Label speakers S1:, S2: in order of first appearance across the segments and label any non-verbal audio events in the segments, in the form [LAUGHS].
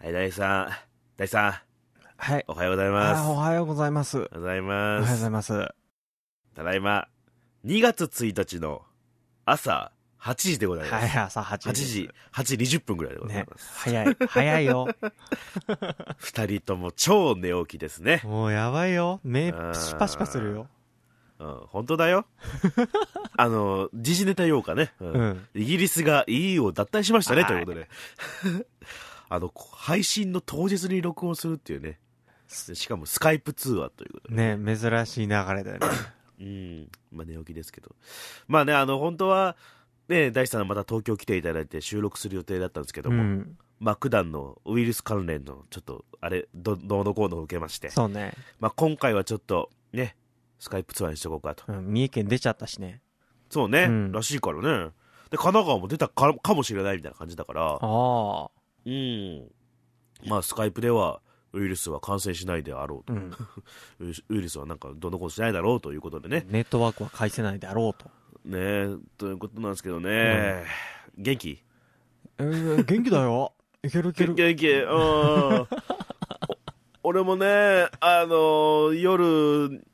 S1: はい、大地さん。大地さん、
S2: はい。
S1: おはようございます。
S2: あ
S1: おは
S2: お
S1: よ
S2: はようございます。おは
S1: うござい
S2: よ
S1: ま
S2: うご
S1: す
S2: ざい。ます。
S1: ただいま、2月1日の朝8時でございます。
S2: はい、朝8時。
S1: 8時、8時20分ぐらいでござい
S2: ね
S1: ま。す。
S2: 早い。早いよ。
S1: 二人とも超寝起きですね。
S2: [LAUGHS] もうやばいよ。目、
S1: あー
S2: パシパシパするよ。
S1: うん、本当
S2: [LAUGHS]
S1: だよ。あの、時事ネタ用かね。うん
S2: うん。
S1: イギリスが EU を脱退しましたね、
S2: はい
S1: ということで。 [LAUGHS] あの、配信の当日に録音するっていうね。しかもスカイプ通話ということで。
S2: ね、珍しい流れだよね。
S1: うん。まあ寝起きですけど。まあね、あの、本当は、ね、大地さんまた東京来ていただいて収録する予定だったんですけど
S2: う
S1: も、
S2: ん。
S1: まあ、九段のウイルス関連の、ちょっと、あれ、ど、どうのこうのを受けまして、
S2: そうね。
S1: まあ、今回はちょっと、ね、スカイプツアーにしとこうかと。
S2: うん三重県出ちゃったしね。
S1: そうね、
S2: うん
S1: らしいからね。で、神奈川も出たかかもしれないみたいな感じだから、
S2: ああ。
S1: うん。まあ、スカイプでは、ウイルスは感染しないであろうと。
S2: うん。
S1: ウイルスウイルスはなんか、どんなことしないだろうということでね。
S2: ネットワークは返せないだろうと。
S1: ねということなんですけどね。元気
S2: えー元気だよ。 [LAUGHS] いけるいけ
S1: 元気元
S2: る。
S1: 気うん。お俺もね、あのー夜、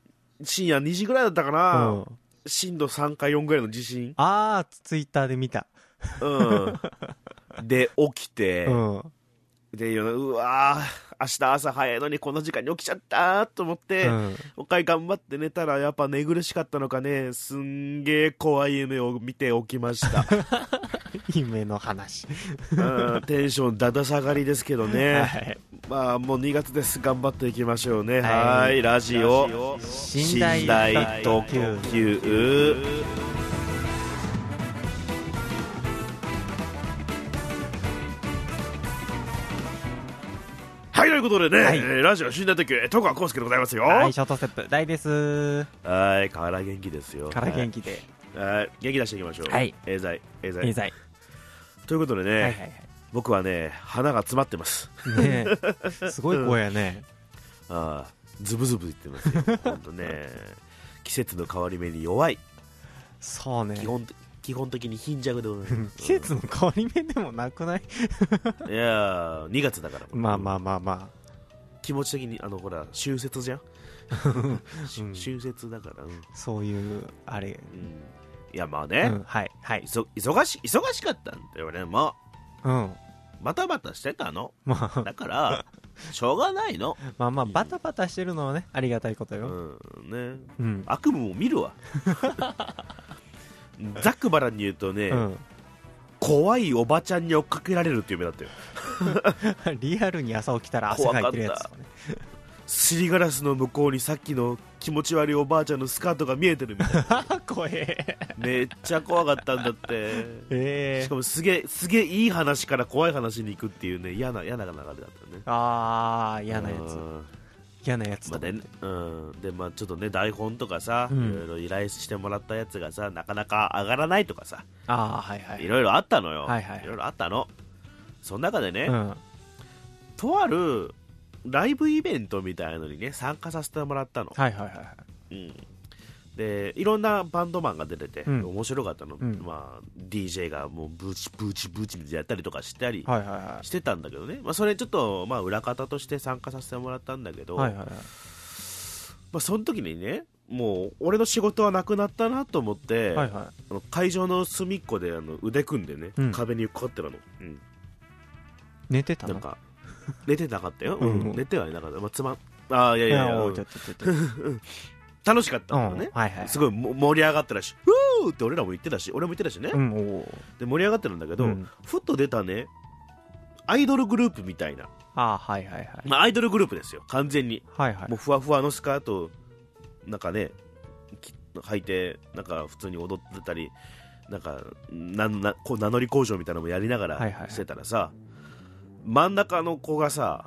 S1: 深夜2時ぐらいだったか
S2: う
S1: な、
S2: ん。
S1: 震度3か4ぐらいの地震、
S2: ああ、ツイッターで見た。 [LAUGHS]
S1: うん、で、起きて、
S2: うん。
S1: で、夜うわー明日朝早いのにこの時間に起きちゃったーと思って、
S2: うん [LAUGHS]
S1: もう一回頑張って寝たら、やっぱ寝苦しかったのかね、すんげえ怖い夢を見て起きました。
S2: 夢の話。
S1: うんテンションだだ下がりですけどね。
S2: はい。
S1: まあもう2月です頑張っていきましょうね
S2: は
S1: はい
S2: い
S1: ラジオ
S2: 寝台
S1: 特
S2: 特急
S1: 急はいということでね、
S2: はい
S1: えーラジオ寝台特急えー戸川浩介でございますよ
S2: は、
S1: はい
S2: ショートステップ。大です。
S1: いから元気ですよ
S2: から元気で。
S1: 気はい元気出していきましょう
S2: はい
S1: エーザイエーザイ
S2: えざい。
S1: ということでね、
S2: はいはい
S1: 僕はね鼻が詰まってます
S2: はい。ねえすごい声やね。
S1: ああズブズブ言ってますよ
S2: [LAUGHS]
S1: 本当ね季節の変わり目に弱い
S2: そうね
S1: 基。本基本的に貧弱でございます
S2: [LAUGHS] 季節の変わり目でもなくない
S1: うんいやー2月だから
S2: まあまあまあまあ。
S1: 気持ち的にあのほら秋節じゃんし
S2: [LAUGHS] うん
S1: 秋節だからうん、うん
S2: そういう、あれ。
S1: いやまあ
S2: う
S1: ね、
S2: ん、はい、はい
S1: い。そ忙し忙しかったんだよねも
S2: うん。
S1: うバタバタしてたの
S2: ま [LAUGHS] あ、
S1: だからしょうがないの、
S2: まあまあ、バタバタしてるのはね、ありがたいこと
S1: う
S2: よ。
S1: んね、
S2: うん。
S1: 悪夢を見
S2: [LAUGHS]
S1: るわざっくばらんに言うとね、
S2: うん。 [LAUGHS]
S1: 怖いおばちゃんに追っかけられるっていう夢だったよ
S2: リアルに朝起きたら汗かいてるやつとかね。
S1: すりガラスの向こうにさっきの気持ち悪いおばあちゃんのスカートが見えてるみたいな
S2: あ、 [LAUGHS] 怖え。
S1: めっちゃ怖かったんだって
S2: え
S1: し
S2: [LAUGHS] え
S1: か。もすげえすげえいい話から怖い話に行くっていうね嫌な嫌な流れだったよね
S2: ああ、嫌なや
S1: う
S2: つ。
S1: ん
S2: 嫌なやつ
S1: まあ
S2: とか
S1: で。うんでまあ、ちょっとね台本とかさ、
S2: うん
S1: いろいろ依頼してもらったやつがさなかなか上がらないとかさ
S2: ああ、はいはいい。
S1: ろいろあったのよ、
S2: はいはい
S1: ろいろあったのその中でね、
S2: うん。
S1: とあるライブイベントみたいのにね参加させてもらったの
S2: はいはいはいはい。
S1: うん、でいろんなバンドマンが出てて、
S2: うん
S1: 面白かったの、
S2: うん
S1: まあ、DJ がもうブチブチブチブチやったりとかしたり
S2: はいはいは
S1: してたんだけどね、まあ、それちょっと、まあ、裏方として参加させてもらったんだけど、
S2: い。はいはいはい。
S1: まあ、その時にねもう俺の仕事はなくなったなと思って、
S2: はいは
S1: あの会場の隅っこであの腕組んでね、
S2: うん
S1: 壁にこうやってたの、うん
S2: い。寝てた
S1: なん
S2: の
S1: か寝てなかったよ、う
S2: うんん
S1: 寝てはいなかった、まあ、つまんあーいやいやいや、
S2: お
S1: う
S2: ー
S1: ん
S2: ちょっとちょっと。うん。
S1: 楽しかった
S2: [LAUGHS]
S1: のね、
S2: はいはい。
S1: すごいも盛り上がったらし「うー!」って俺らも言ってたし俺も言ってたしね、
S2: うん、おー
S1: で盛り上がってるんだけど、
S2: うん
S1: ふっと出たねアイドルグループみたいな、
S2: ああ、はいはいはい。
S1: まあ、アイドルグループですよ完全に、
S2: はいはい
S1: もう。ふわふわのスカートなんかねき履いてなんか普通に踊ってたりなんかなんなこう名乗り工場みたいなのもやりなが
S2: はいはいは
S1: ら
S2: い
S1: してたらさ、真ん中の子がさ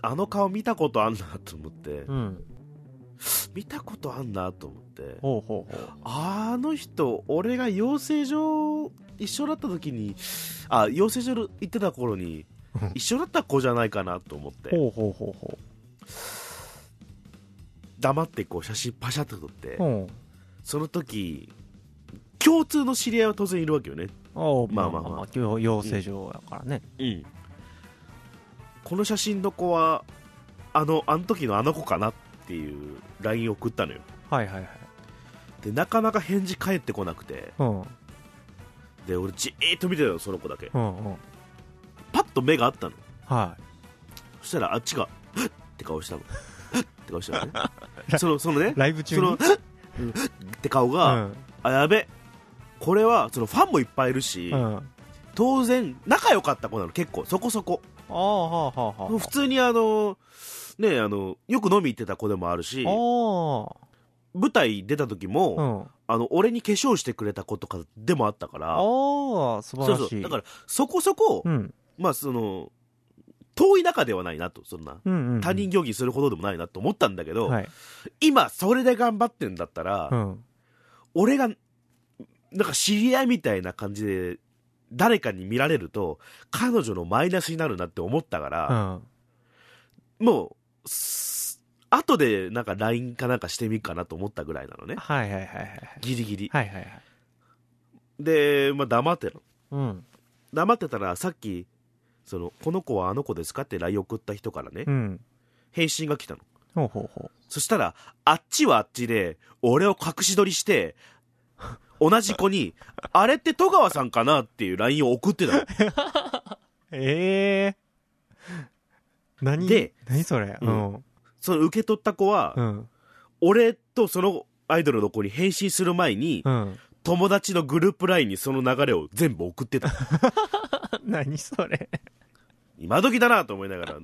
S1: あの顔見たことあんなと思って
S2: うん。うん。
S1: 見たことあんなと思って
S2: ほうほうほう。
S1: あの人、俺が養成所一緒だった時に、あ、養成所行ってた頃に
S2: うん、
S1: 一緒だった子じゃないかなと思って、
S2: ほうほうほうほ
S1: 黙ってこう写真パシャッと撮って
S2: う。、うん。
S1: その時、共通の知り合いは当然いるわけよね。
S2: おー
S1: ま
S2: ま
S1: あま
S2: あ
S1: あ
S2: まあ
S1: まあ
S2: まあ、養養成所だからね。
S1: うん。この写真の子はあのあの時のあの子かなっていう LINE を送ったのよ
S2: はいはいはい
S1: でなかなか返事返ってこなくて
S2: うん
S1: で俺じーっと見てたのその子だけ
S2: うんうん
S1: パッと目があったの
S2: は
S1: そしたらあっちが「ふっ!」って顔したの「ふっ!」って顔したの
S2: [LAUGHS]
S1: ねそのそのね
S2: いライブ中
S1: そ
S2: に
S1: の「ふっ!」って顔
S2: う
S1: が、
S2: ん
S1: あやべこれはそのファンもいっぱいいるし、
S2: うんあ
S1: 当然仲良かった子なの結構そこそこ
S2: あはあはあはあ
S1: 普通にあのねあのよく飲み行ってた子でもあるし
S2: あ
S1: 舞台出た時も、
S2: あうん
S1: あの俺に化粧してくれた子とかでもあったから
S2: ああ素晴
S1: そう
S2: らしい
S1: そうだからそこそこ、
S2: うん
S1: まあその遠い中ではないなとそんな
S2: うんうんうん
S1: 他人行儀するほどでもないなと思ったんだけど、
S2: はい
S1: 今それで頑張ってんだったら、
S2: うん
S1: 俺がなんか知り合いみたいな感じで誰かに見られると彼女のマイナスになるなって思ったか
S2: う
S1: ら、
S2: ん
S1: もうす後でなんか LINE かなんかしてみるかなと思ったぐらいなのね
S2: はいはいはいはい
S1: ギリギリ、
S2: はいはいはい
S1: で、まあ、黙ってる
S2: うん
S1: 黙ってたらさっきその「この子はあの子ですか?」って LINE 送った人からね、
S2: うん
S1: 返信が来たの
S2: ほうほうほ
S1: そしたらあっちはあっちで俺を隠し撮りして同じ子に「あれって戸川さんかな?」っていう LINE を送ってたの
S2: うええ何
S1: で
S2: 何それうんうん
S1: その受け取った子は、
S2: うん
S1: 俺とそのアイドルの子に返信する前に、
S2: うん
S1: 友達のグループ LINE にその流れを全部送ってた。
S2: [LAUGHS] 何それ [LAUGHS]
S1: 今時だなと思いながら、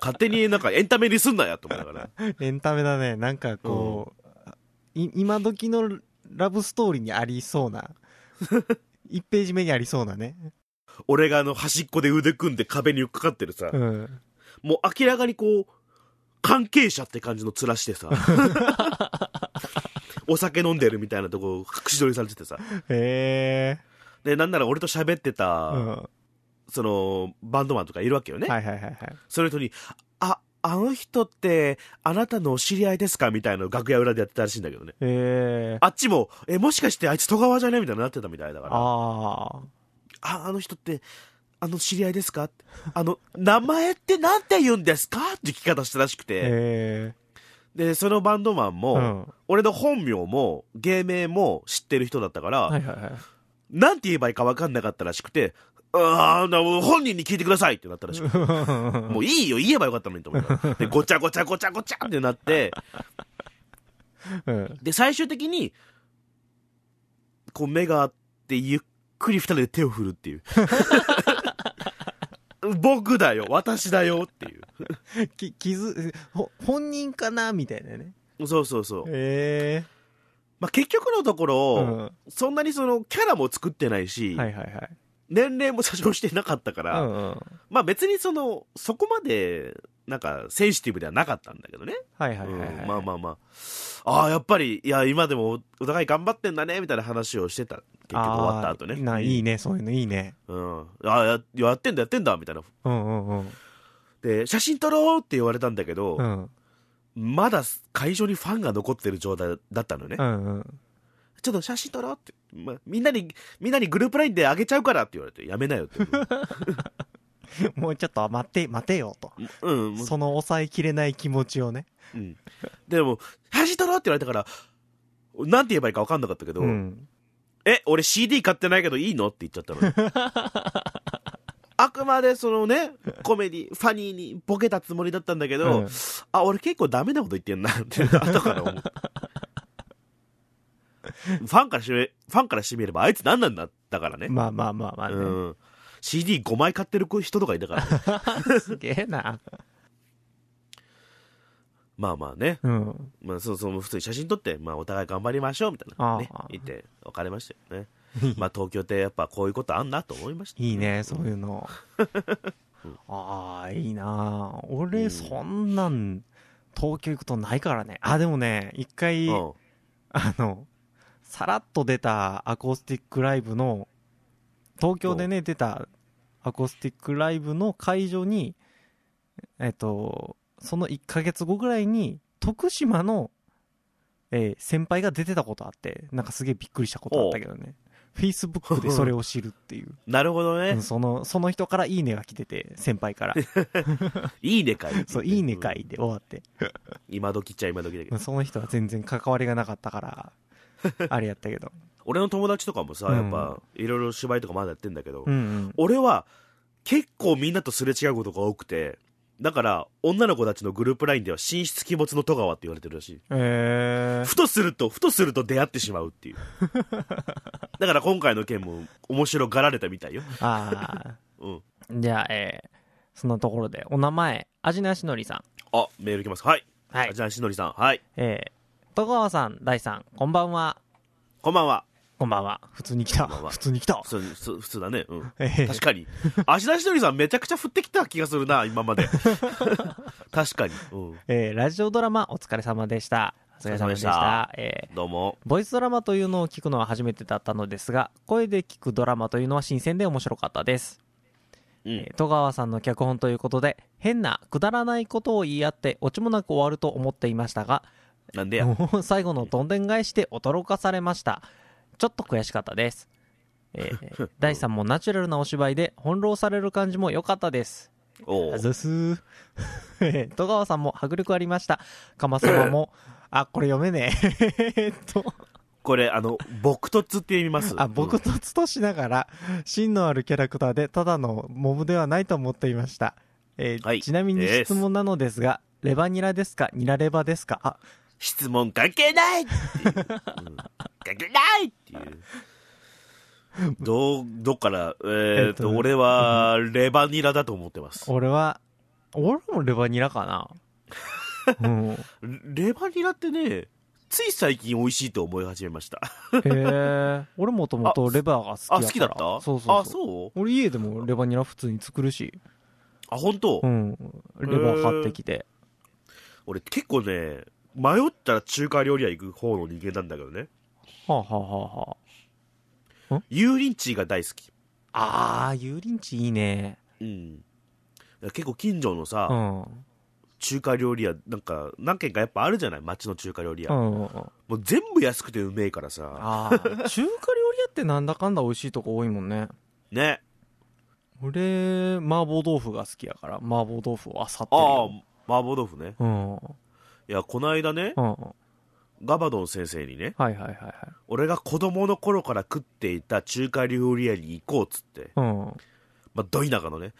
S1: 勝手になんかエンタメにすんなやと思いながら。
S2: エンタメだねなんかこう、い今時のラブストーリーにありそう [LAUGHS] な1ページ目にありそうなね
S1: 俺があの端っこで腕組んで壁にかかってるさ、
S2: うん
S1: もう明らかにこう、関係者って感じの面して
S2: [LAUGHS]
S1: さ、お酒飲んでるみたいなとこ隠し撮りされててさ。
S2: へえ
S1: で、なんなら俺と喋ってた、
S2: うんは
S1: その、バンドマンとかいるわけよね。
S2: いはいはいはい
S1: その人に、あ、あの人って、あなたのお知り合いですかみたいなのを楽屋裏でやってたらしいんだけどね。
S2: へえ
S1: あっちも、え、もしかしてあいつ戸川じゃねみたいになってたみたいだから。あ
S2: あ
S1: あ、の人って、あの知り合いですかってあの、名前ってなんて言うんですかって聞き方したらしくて。
S2: へえ
S1: で、そのバンドマンも、
S2: うん
S1: 俺の本名も、芸名も知ってる人だったから、
S2: はいはいはい
S1: なんて言えばいいかわかんなかったらしくて、ああ、本人に聞いてくださいってなったらしくて
S2: [LAUGHS]
S1: もういいよ、言えばよかったのにと思いながらで、ごちゃごちゃごちゃごちゃってなって、
S2: うん
S1: で、最終的に、こう目があって、ゆっくり二人で手を振るっていう。 [LAUGHS] 僕だよ、私だよっていう。
S2: き気づほ本人かなみたいなね
S1: そうそうそう。
S2: へえ
S1: まあ、結局のところ、
S2: うんは
S1: そんなにそのキャラも作ってないし、
S2: いはいはい
S1: 年齢も詐称してなかったか
S2: う
S1: ら、
S2: んうん
S1: まあ別にその、そこまで、なんかセンシティブではなかったんだけどね。
S2: はいはいはいは
S1: う
S2: い
S1: んまあまあまあ、ああ、やっぱり、いや、今でもおお互い頑張ってんだねみたいな話をしてた、結局終わった後ね。
S2: あーないいねそういうのいいね
S1: うん、あややってんだ、やってんだみたいな。
S2: うんうんうん
S1: で、写真撮ろうって言われたんだけど
S2: う、ん
S1: まだ会場にファンが残ってる状態だったのね。
S2: うんうん
S1: ちょっと写真撮ろうって、まあ、みんなに、みんなにグループラインであげちゃうからって言われて、やめな
S2: [LAUGHS]
S1: よって。
S2: もうちょっと待って待てよと
S1: うん、もう
S2: その抑えきれない気持ちをね。
S1: うん。でも、写真撮ろうって言われたから、なんて言えばいいか分かんなかったけど、
S2: ん。
S1: え、俺 CD 買ってないけどいいのって言っちゃったの
S2: [LAUGHS]
S1: よ。あくまでそのね、コメディ、ファニーにボケたつもりだったんだけど、
S2: うん
S1: あ、俺結構ダメなこと言ってんなって、後から
S2: [LAUGHS]
S1: 思った。ファンからしてみれ、ファンからしてみれば、あいつ何なんだったからね。
S2: まあまあまあまあ
S1: う
S2: ね。
S1: ん。CD5 枚買ってる人とかいたから、
S2: すげえな。
S1: まあまあね。
S2: うん。
S1: まあそうそう、普通に写真撮って、まあお互い頑張りましょう、みたいな。ね
S2: ああ。
S1: 言って、別れましたよね。まあ東京ってやっぱこういうことあんなと思いました。
S2: いいね、そうい
S1: [LAUGHS]
S2: うの。ああ、いいな。
S1: う
S2: 俺、
S1: ん
S2: そんなん、東京行くことないからね。あ、でもね、一
S1: う
S2: 回、
S1: ん。
S2: あの、さらっと出たアコースティックライブの、東京でね、出たアコースティックライブの会場に、えっと、その1ヶ月後ぐらいに、徳島の、えー先輩が出てたことあって、なんかすげえびっくりしたことあったけどね。 Facebook でそれを知るっていう、
S1: なるほどね、
S2: うんそのその人からいいねが来てて先輩から
S1: いいねかい
S2: [LAUGHS] そういいね会で終わって
S1: うん今時っちゃ今時だけど、
S2: その人は全然関わりがなかったからあれやったけど
S1: 俺の友達とかもさやっぱいろいろ芝居とかまだやってんだけど、
S2: うんうん
S1: 俺は結構みんなとすれ違うことが多くてだから女の子たちのグループラインでは神出鬼没の戸川って言われてるらしい
S2: えー
S1: ふとするとふとすると出会ってしまうって
S2: [LAUGHS]
S1: いうだから今回の件も面白がられたみたいよ、
S2: あ
S1: うん、
S2: ーじゃあ、えーそんなところでお名前味なしのりさん
S1: あメール来ますはい
S2: はい
S1: じゃあしのりさんはい
S2: えー、戸川さん大さんこんばんは
S1: こんばんは
S2: こんばんは普通に来た
S1: こんばんは
S2: 普通に来た
S1: 普通に普普通だねうん
S2: えー
S1: 確か
S2: [LAUGHS]
S1: に芦田しのりさんめちゃくちゃ振ってきた気がするな今まで [LAUGHS] 確かに、うん、
S2: えーラジオドラマお疲れ様でしたお
S1: 疲れ様でした
S2: えー
S1: どうも
S2: ボイスドラマというのを聞くのは初めてだったのですが声で聞くドラマというのは新鮮で面白かったです、
S1: うん
S2: えー戸川さんの脚本ということで変なくだらないことを言い合ってオチもなく終わると思っていましたが
S1: なんでや
S2: もう最後のどんでん返しで驚かされましたちょっと悔しかったです、えー
S1: [LAUGHS]
S2: 第3もナチュラルなお芝居で翻弄される感じも良かったです
S1: お
S2: あ
S1: う
S2: ざっすーえ [LAUGHS] ー戸川さんも迫力ありました。かまさま
S1: [LAUGHS]
S2: も、あ、これ読めねえ。えーっ [LAUGHS] と、
S1: これあの僕とつって読みます
S2: あ、僕とつとしながら、芯のあるキャラクターで、ただのモブではないと思っていました。えー
S1: はい
S2: ちなみに質問なのですが、レバニラですかニラレバですかあ、
S1: 質問関係ないっていう、うん関係ないっていう。どう、どっから、えーっ
S2: えーっ
S1: と、
S2: と
S1: 俺は、レバニラだと思ってます。
S2: 俺は、俺もレバニラかな。うん。へ
S1: レバニラってね、つい最近美味しいと思い始めました。
S2: えー、俺もともとレバーが好きだか
S1: あ、好きだった
S2: ら。そうそうそう。
S1: あ、そう
S2: 俺家でもレバニラ普通に作るし。
S1: あ、本当、
S2: うん。レバー買ってきて。
S1: 俺結構ね、迷ったら中華料理屋行く方の人間なんだけどね。
S2: はあ、はあはあは
S1: 油淋鶏が大好き。
S2: あ、あー、油淋鶏いいね。
S1: うん。結構近所のさ、
S2: うん。うん。
S1: 中華料理屋、なんか、何軒かやっぱあるじゃない町の中華料理屋。
S2: あ
S1: もう全部安くてうめえからさ。
S2: あー、中華料理屋ってなんだかんだ美味しいとこ多いもんね。
S1: ね。
S2: 俺、麻婆豆腐が好きやから、麻婆豆腐をあさってる
S1: ああ
S2: よ。、
S1: 麻婆豆腐ね。
S2: うん。うん。
S1: いや、この間ね、
S2: はい
S1: ガバドン先生にね、
S2: はいはいはい。
S1: 俺が子供の頃から食っていた中華料理屋に行こうっつって、
S2: うん。 [LAUGHS] お
S1: まあ、ど田舎のね、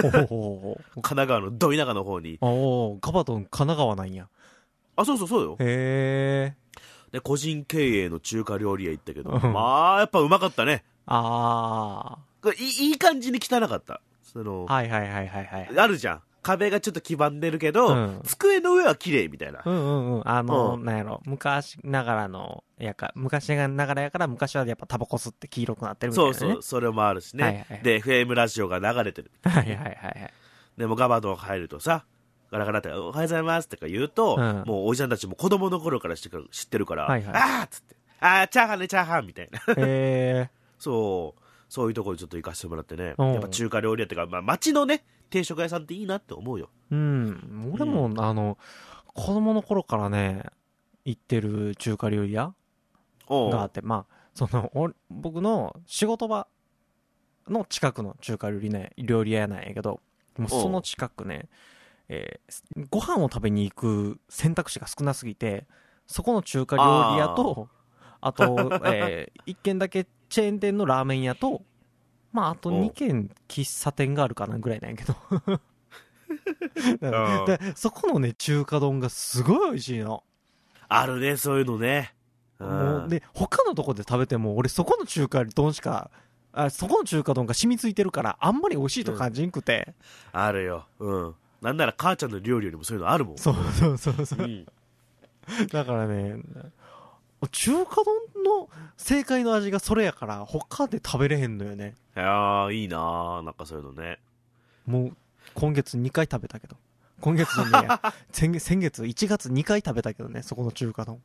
S2: ほほほ。
S1: 神奈川のど田舎の方に、
S2: あおガバドン神奈川なんや。
S1: あ、そうそうそうよ。
S2: へえ。
S1: で、個人経営の中華料理屋行ったけど、
S2: うん
S1: まあ、やっぱうまかったね。
S2: あ
S1: これいいいい感じに汚かった。その
S2: あ、、はいはいはいはいはい。
S1: あるじゃん。壁がちょっと黄ばんでるけど、
S2: うん
S1: 机の上は綺麗みたいな。
S2: うんうんうん。あの、
S1: うん
S2: なんやろ、昔ながらの、やか、昔ながらやから、昔はやっぱタバコ吸って黄色くなってるみたい
S1: そ
S2: な、
S1: う
S2: ね。
S1: そう、それもあるしね。
S2: はいはいはい
S1: で、FM ラジオが流れてる。
S2: はいはいはいはい。
S1: でもガバドン入るとさ、ガラガラって、おはようございますとか言うと、
S2: うん
S1: もうおじさんたちも子供の頃から知ってる知ってるから、
S2: はいはい
S1: あーっつって、あー、チャーハンね、チャーハンみたいな。
S2: え
S1: そう、そういうところにちょっと行かせてもらってね、
S2: うん
S1: やっぱ中華料理屋っていうか、まあ、町のね、定食屋さんっていいなって思うよ。
S2: ー、うん。俺も、あの、子供の頃からね、行ってる中華料理屋
S1: お
S2: があ
S1: う
S2: って、まあ、その、お僕の仕事場の近くの中華料理,、ね、料理屋なんやけど、もうその近くね、えーご飯を食べに行く選択肢が少なすぎて、そこの中華料理屋と、あと、えー、一軒だけチェーン店のラーメン屋と、まあ、あと
S1: お
S2: 2軒喫茶店があるかなぐらいなんやけ [LAUGHS] ど。
S1: う
S2: だから
S1: ん
S2: だからそこのね、中華丼がすごい美味しいの。
S1: あるね、そういうのね。うん
S2: もうで他のとこで食べても俺そこの中華丼しかあそこの中華丼が染みついてるからあんまり美味しいと感じんくて、
S1: あるよ。うん。なんなら母ちゃんの料理よりもそういうのあるもん。
S2: そうそうそうそううんだからね中華丼の正解の味がそれやから他で食べれへんのよね
S1: いやー、いいなー、なんかそういうのね。
S2: もう今月2回食べたけど今月じゃねえ [LAUGHS] や先月先月1月2回食べたけどねそこの中華丼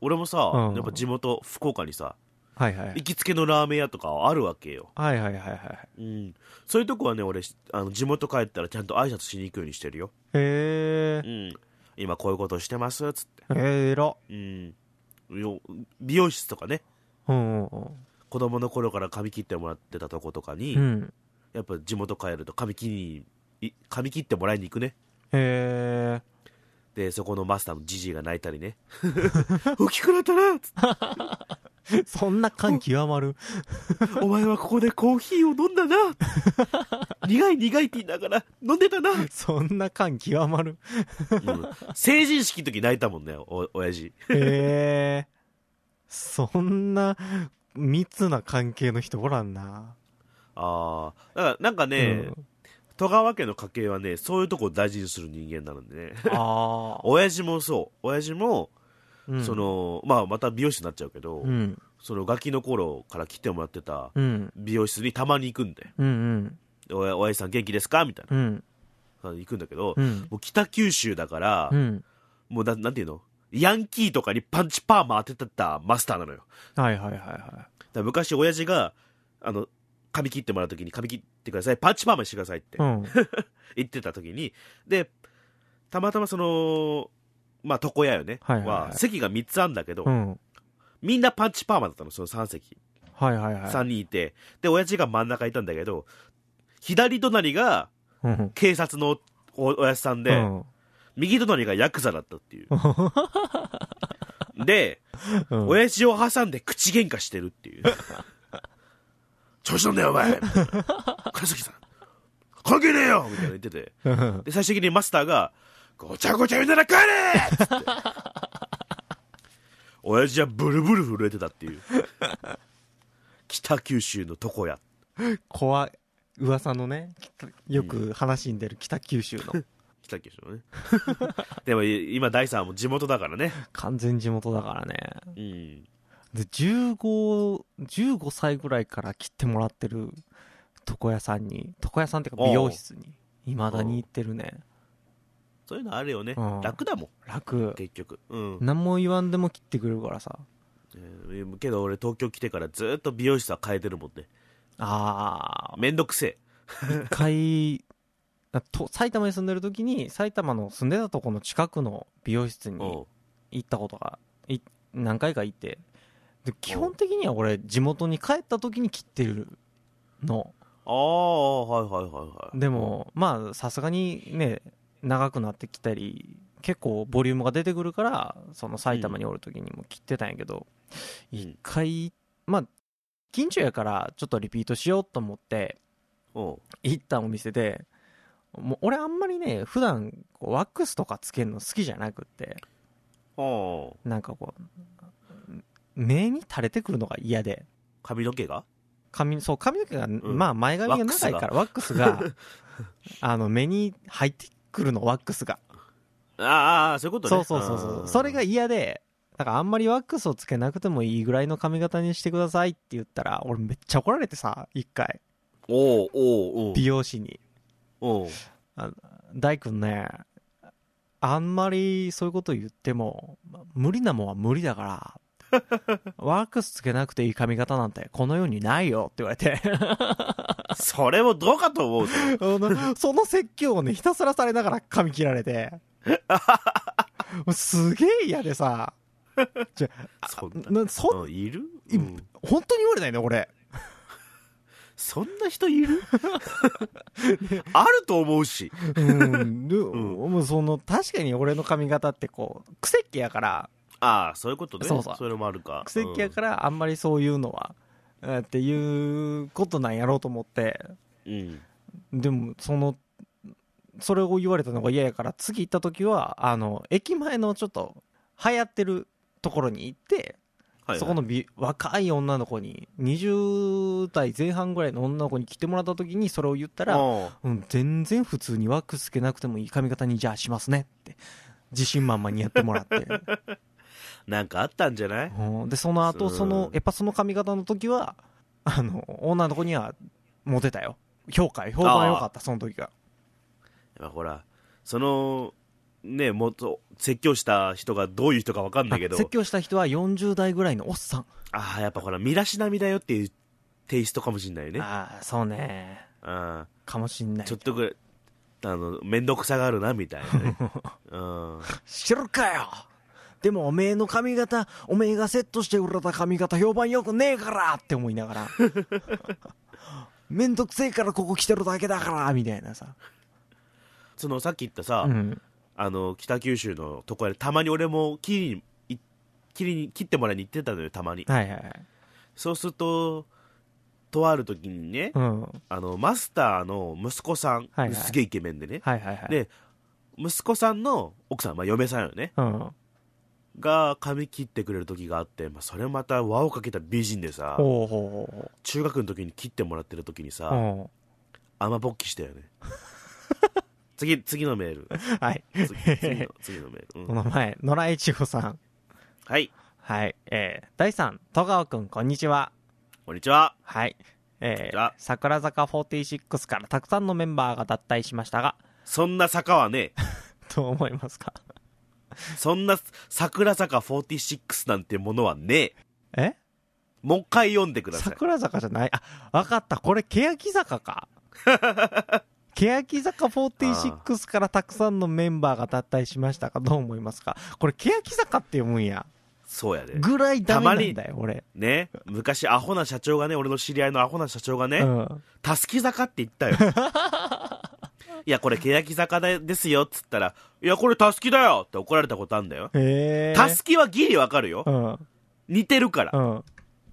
S1: 俺もさ、
S2: うん
S1: やっぱ地元、福岡にさ、
S2: はいはいはい
S1: 行きつけのラーメン屋とかあるわけよ。
S2: はいはいはいは
S1: う
S2: い
S1: ん、そういうとこはね俺あの地元帰ったらちゃんと挨拶しに行くようにしてるよ、
S2: へ
S1: う
S2: え
S1: ん、今こういうことしてますっつって、
S2: えら
S1: うん、よ美容室とかね
S2: うんうん
S1: 子供の頃から髪切ってもらってたとことかに、
S2: うん
S1: やっぱ地元帰ると髪切りにい髪切ってもらいに行くね
S2: へえ
S1: でそこのマスターのじじいが泣いたりね [LAUGHS] 大きくなったなっつっ
S2: そんな感極
S1: [LAUGHS]
S2: まる
S1: てお前はここでコーヒーを飲んだな
S2: [LAUGHS]
S1: 苦い苦いって言いながら飲んでたな、うん
S2: そんな感極まる
S1: 成人式の時泣いたもんねお親父
S2: へえそんな密な関係の人おらんな
S1: ああだからなんかね、
S2: うん
S1: 戸川家の家系はねそういうとこを大事にする人間なのでね
S2: あ
S1: 親父もそう親父も、
S2: あ
S1: そのまあまた美容師になっちゃうけど、
S2: うん
S1: そのガキの頃から来てもらってた
S2: うん
S1: 美容室にたまに行くんだよ
S2: うんうん
S1: でおやおやじさん元気ですかみたいな
S2: うん
S1: 感じで行くんだけど、
S2: うん
S1: もう北九州だから、
S2: うん
S1: もうななんていうのヤンキーとかにパンチパーマ当ててたマスターなのよだか
S2: はいはいはいは
S1: ら昔親父があの髪切ってもらう時に髪切ってくださいパンチパーマにしてくださいって
S2: いうん
S1: 言ってた時にでたまたまそのまあ床屋よね、
S2: はいはいはい
S1: 席が3つあるんだけど、
S2: うん
S1: みんなパンチパーマだったのその3席
S2: はいはいはい
S1: 3人いてで親父が真ん中いたんだけど左隣が
S2: うん
S1: 警察のおおやじさんで、
S2: うん
S1: 右隣がヤクザだったっていうで
S2: うん
S1: 親父を挟んで口喧嘩してるっていう調子乗んだよお前みたいな倉杉さん関係ねえよみたいな言ってて
S2: うん
S1: で最終的にマスターが「ごちゃごちゃ言うなら帰れ!」っつって親父はブルブル震えてたっていう北九州の床屋
S2: 怖い噂のねよく話に出る北九州
S1: [LAUGHS]
S2: の
S1: 北九州のねでもい今第三はもう地元だからね
S2: 完全地元だからね
S1: うん
S2: で1515歳ぐらいから切ってもらってる床屋さんに床屋さんっていうか美容室にいまだに行ってるね
S1: そういうのあるよね
S2: うん
S1: 楽だもん
S2: 楽
S1: 結局うん、
S2: 何も言わんでも切ってくれるからさ
S1: えーけど俺東京来てからずっと美容室は変えてるもんね
S2: あ
S1: めんどくせえ
S2: ー一回あと埼玉に住んでる時に埼玉の住んでたとこの近くの美容室に
S1: おう
S2: 行ったことがい何回か行ってで基本的には俺地元に帰った時に切ってるの
S1: ああはいはいはいはい
S2: でもまあさすがにね長くなってきたり結構ボリュームが出てくるからその埼玉におる時にも切ってたんやけど
S1: うん
S2: 一回まあ近所やからちょっとリピートしようと思って
S1: おう
S2: 行ったお店でもう俺あんまりね普段こうワックスとかつけるの好きじゃなくって
S1: おう
S2: なんかこう目に垂れてくるのが嫌で
S1: 髪の毛が
S2: 髪そう髪の毛が、
S1: ん
S2: まあ前髪が長いからワックスがあの目に入ってくるのワックスが
S1: ああああそういうこと
S2: そ
S1: ね
S2: うそうそうそ
S1: ん
S2: うそれが嫌でだからあんまりワックスをつけなくてもいいぐらいの髪型にしてくださいって言ったら俺めっちゃ怒られてさ一回
S1: おうおうおう
S2: 美容師に
S1: おう
S2: 大君ねあんまりそういうこと言っても無理なもんは無理だから
S1: [LAUGHS]
S2: ワックスつけなくていい髪型なんてこの世にないよって言われて
S1: それもどうかと思うぞ
S2: あの [LAUGHS] その説教をねひたすらされながら髪切ら
S1: [LAUGHS]
S2: れてもうすげえ嫌でさじゃ
S1: そんな
S2: なそ
S1: うんいる、
S2: い
S1: うん
S2: 本当に言われないね俺
S1: そんな人い
S2: [LAUGHS]
S1: るあると思うし
S2: うんでもうその確かに俺の髪型ってこう癖っ気やから
S1: ああそういうことね
S2: そうそう
S1: れもあるか
S2: 癖っ気やかららあんまりそういうのは、えーっていうことなんやろうと思って
S1: うん、うん
S2: でもそのそれを言われたのが嫌やから次行った時はあの駅前のちょっと流行ってるところに行って、
S1: はいはい
S2: そこの美若い女の子に20代前半ぐらいの女の子に来てもらった時にそれを言ったら、
S1: おう
S2: うん、全然普通にワックスつけなくてもいい髪型にじゃあしますねって自信満々にやってもらって。
S1: なんかあったんじゃない
S2: うんでその後
S1: そう
S2: そのやっぱその髪型の時はあの女の子にはモテたよ評価評判良かったその時が
S1: まあほらそのねもっと説教した人がどういう人かわかんないけど
S2: あ説教した人は40代ぐらいのおっさん
S1: ああやっぱほら身だしなみだよっていうテイストかもしんないよねあ
S2: ああそうね
S1: あ
S2: かもしんない
S1: ちょっとぐらいあの面倒くさがあるなみたいなね、うん、
S2: 知るかよでもおめえの髪型おめえがセットして売れた髪型評判よくねえからって思いな
S1: [LAUGHS]
S2: がらめんどくせえからここ来てるだけだからみたいなさ、
S1: そのさっき言ったさ、
S2: うん、
S1: あの北九州のとこやたまに俺も切りにい切りに切ってもらいに行ってたのよたまに
S2: はいはいはい、
S1: そうするととある時にね、
S2: うん、はい
S1: あのマスターの息子さん、
S2: はいはい
S1: すげえイケメンでね、
S2: はいはい
S1: で息子さんの奥さん、まあ、嫁さんよね
S2: うん、
S1: が髪切ってくれる時があって、まあ、それまた輪をかけた美人でさ
S2: ほうほうほ
S1: 中学の時に切ってもらってる時に
S2: う
S1: さ
S2: ほう
S1: 雨ぼっきしたよ
S2: [LAUGHS]
S1: ね次次のメール
S2: うんはい
S1: 次次
S2: [LAUGHS]
S1: の次のメール、う
S2: こ
S1: ん
S2: の前野良一穂さん
S1: はい
S2: はいえー、第3戸川君こんにちは
S1: こんにちは
S2: はい
S1: こん
S2: え
S1: にち
S2: ー
S1: は、
S2: 桜坂46からたくさんのメンバーが脱退しましたが [LAUGHS]
S1: そんな坂はね
S2: どう思いますか
S1: そんな桜坂46なんてものはね
S2: え
S1: もう一回読んでください
S2: 桜坂じゃないあわかったこれ欅
S1: [LAUGHS]
S2: 坂か欅坂46からたくさんのメンバーが脱退しましたがどう思いますかこれ欅坂って読むんや
S1: そうやで
S2: ぐらいダメなん
S1: た
S2: だよ俺
S1: ね昔アホな社長がね俺の知り合いのアホな社長がね、
S2: うん
S1: たすき坂って言ったよ。 [LAUGHS] いや、これ、欅坂でですよ、っつったら、いや、これ、たすきだよって怒られたことあんだよ。
S2: へえ
S1: たすきはギリわかるよ
S2: う。んうん
S1: 似てるから。
S2: は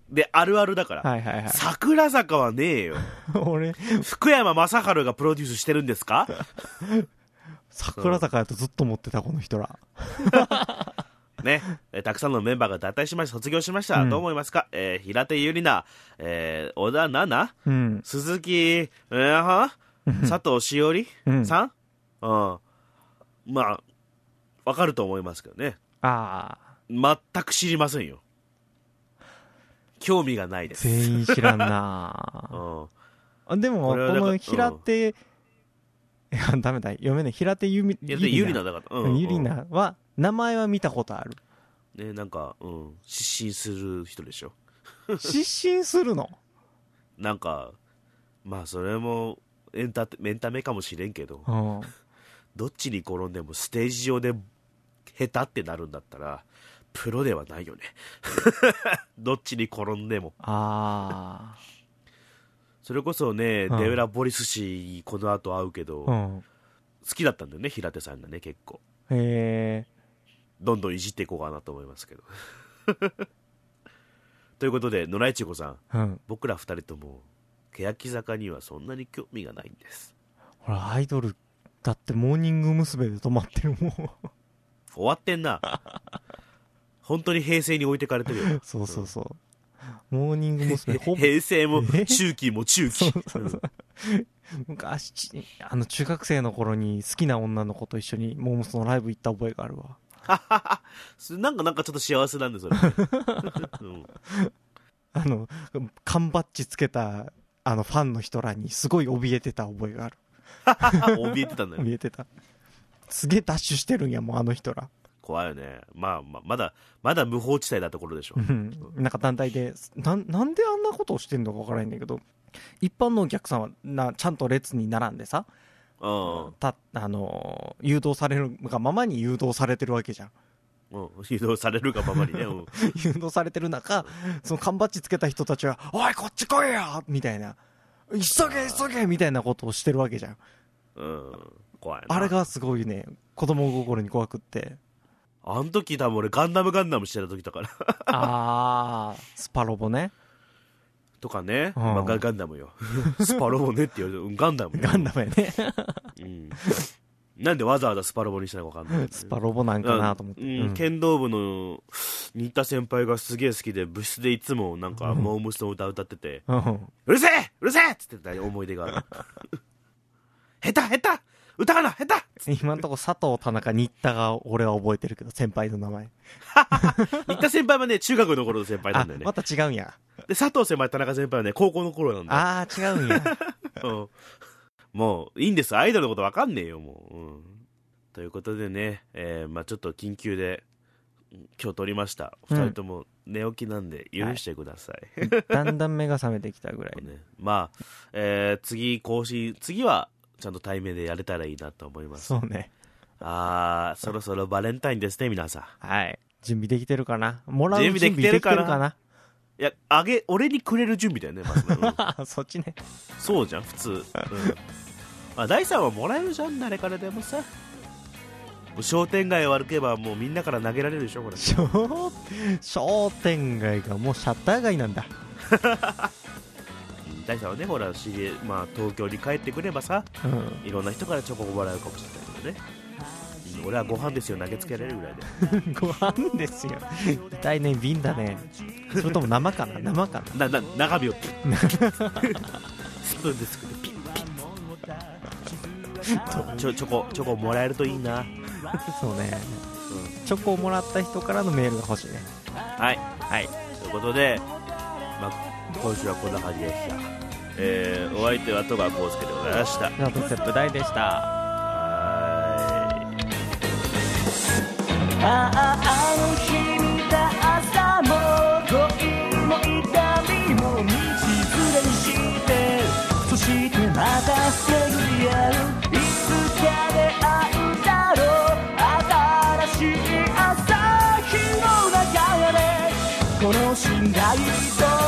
S1: で、あるあるだか
S2: い
S1: ら。
S2: はいはい
S1: 桜坂はねえよ。
S2: 俺
S1: 福山雅治がプロデュースしてるんですか
S2: 桜坂やとずっと思ってたこの人ら
S1: ね。えたくさんのメンバーが脱退しました、卒業しました。
S2: うん
S1: どう思いますかえー平手友梨奈、えー小田奈々、
S2: うん
S1: 鈴木、えーは佐藤しおり
S2: うん
S1: さん、うん、まあ、わかると思いますけどね。
S2: ああ
S1: 全く知りませんよ興味がないです、
S2: 全員知らん
S1: う、
S2: なんあ [LAUGHS] でもこ
S1: これはなんか
S2: の平手い [LAUGHS] やダメだ読めない平手ゆみ
S1: いやでユリ
S2: ナ
S1: ナだから、うん、
S2: ゆりなは名前は見たこと [LAUGHS] ある
S1: うんねなんか、うん、失神する人でしょ
S2: 失神するの
S1: なんかまあそれもエンタテエンタメかもしれんけど
S2: うん
S1: どっちに転んでもステージ上で下手ってなるんだったらプロではないよね [LAUGHS] どっちに転んでも
S2: あ
S1: それこそね、
S2: うん
S1: デウラ・ボリス氏この後会うけど、
S2: あう
S1: 好
S2: ん
S1: きだったんだよね平手さんがね結構
S2: へえ
S1: どんどんいじっていこうかなと思いますけど。 [LAUGHS] ということで、野良一子さん、
S2: うん
S1: 僕ら二人とも、欅坂にはそんなに興味がないんです。
S2: ほらアイドルだってモーニング娘。で止まってるもん
S1: 終わってん [LAUGHS] な。本当に平成に置いてかれてるよ。
S2: そうそうそうモーニング [LAUGHS] 娘。ほぼ
S1: 平成も中期も中期。
S2: 昔ちあの中学生の頃に好きな女の子と一緒にモームスのライブ行った覚えがあるわ
S1: うん [LAUGHS] なんか、なんかちょっと幸せなんですよ、ね [LAUGHS] うん
S2: あの缶バッジつけたあのファンの人らにすごい怯えてた覚えがある
S1: 怯えてたんだよ。
S2: 怯えてたすげえダッシュしてるんやもうあの人ら
S1: 怖いよね。まあ、まあ、まだ、まだ無法地帯なところでしょ
S2: う。んなんか団体でなんなんであんなことをしてんのかわからないんだけど一般のお客さんはなちゃんと列に並んでさ、
S1: うん
S2: たあのー誘導されるがままに誘導されてるわけじゃん [LAUGHS]
S1: うん。 [LAUGHS] 誘導されるがままにね。うん
S2: 誘導されてる中その缶バッジつけた人たちは「おいこっち来いよ!」みたいな「急げ急げ!」みたいなことをしてるわけじゃん
S1: うん。怖いな。
S2: あれがすごいね子供心に怖くって
S1: あの時多分俺ガンダムガンダムしてた時だから
S2: ああ [LAUGHS] スパロボね
S1: [LAUGHS] とかね、
S2: うん
S1: まあ、ガガンダムよスパロボねって言われてうんガンダムよ
S2: ガンダムやね
S1: うん、なんでわざわざスパロボにしたのかわかんない
S2: スパロボなんかなと思って、
S1: うん
S2: うん
S1: 剣道部の新田先輩がすげえ好きで部室でいつもなんかモームスの歌歌ってて
S2: うん
S1: 「うるせえうるせえ!」っつってた思い出があ [LAUGHS] る下手下手歌うな下手
S2: 今んとこ佐藤田中新田が俺は覚えてるけど先輩の名前
S1: 新田先輩はね中学の頃の先輩な
S2: あ
S1: んだよね、
S2: また違うんや
S1: で佐藤先輩田中先輩はね高校の頃なんだよ
S2: ああ違うんや
S1: [LAUGHS] うんもういいんですアイドルのことわかんねえよもう、うん、ということでね、えーまあ、ちょっと緊急でうん今日撮りました
S2: うん
S1: 2人とも寝起きなんで許してください、
S2: だんだん目が覚めてきたぐらい
S1: ね、まあ、えー次更新次はちゃんと対面でやれたらいいなと思います
S2: そうね
S1: あーそろそろバレンタインですね皆さん
S2: はい準備できてるかなもらう準
S1: 準
S2: 備
S1: 備
S2: で
S1: でき
S2: きて
S1: て
S2: る
S1: る
S2: か
S1: か
S2: な
S1: なういやあげ俺にくれる準備だよね、まずうん
S2: [LAUGHS] そっちね
S1: そうじゃん普通、うん、あ第3はもらえるじゃん誰からでもさ商店街を歩けばもうみんなから投げられるでしょこれ
S2: 商商店街がもうシャッター街なんだ
S1: 第3はねほら知り、まあ、東京に帰ってくればさ
S2: うん
S1: いろんな人からチョコをもらうかもしれないけどねうん俺はご飯ですよ投げつけられるぐらいで
S2: ご飯ですよ痛いね瓶だねそれとも生かな生かな
S1: なな中身をピッスプーンですくってピッピッ [LAUGHS] ちょチョコチョコもらえるといいな、
S2: そうね
S1: う
S2: チョコをもらった人からのメールが欲しいね
S1: ん、はい
S2: はい
S1: ということで、まあ、今週はこんな感じでした、えーお相手は戸川浩介でございました
S2: ラブステップ大でした
S1: はーい
S3: あああの日見た朝も恋も痛みも道連れにしてそしてまた巡り合ういつか出会うだろう新しい朝日の中でこの信頼と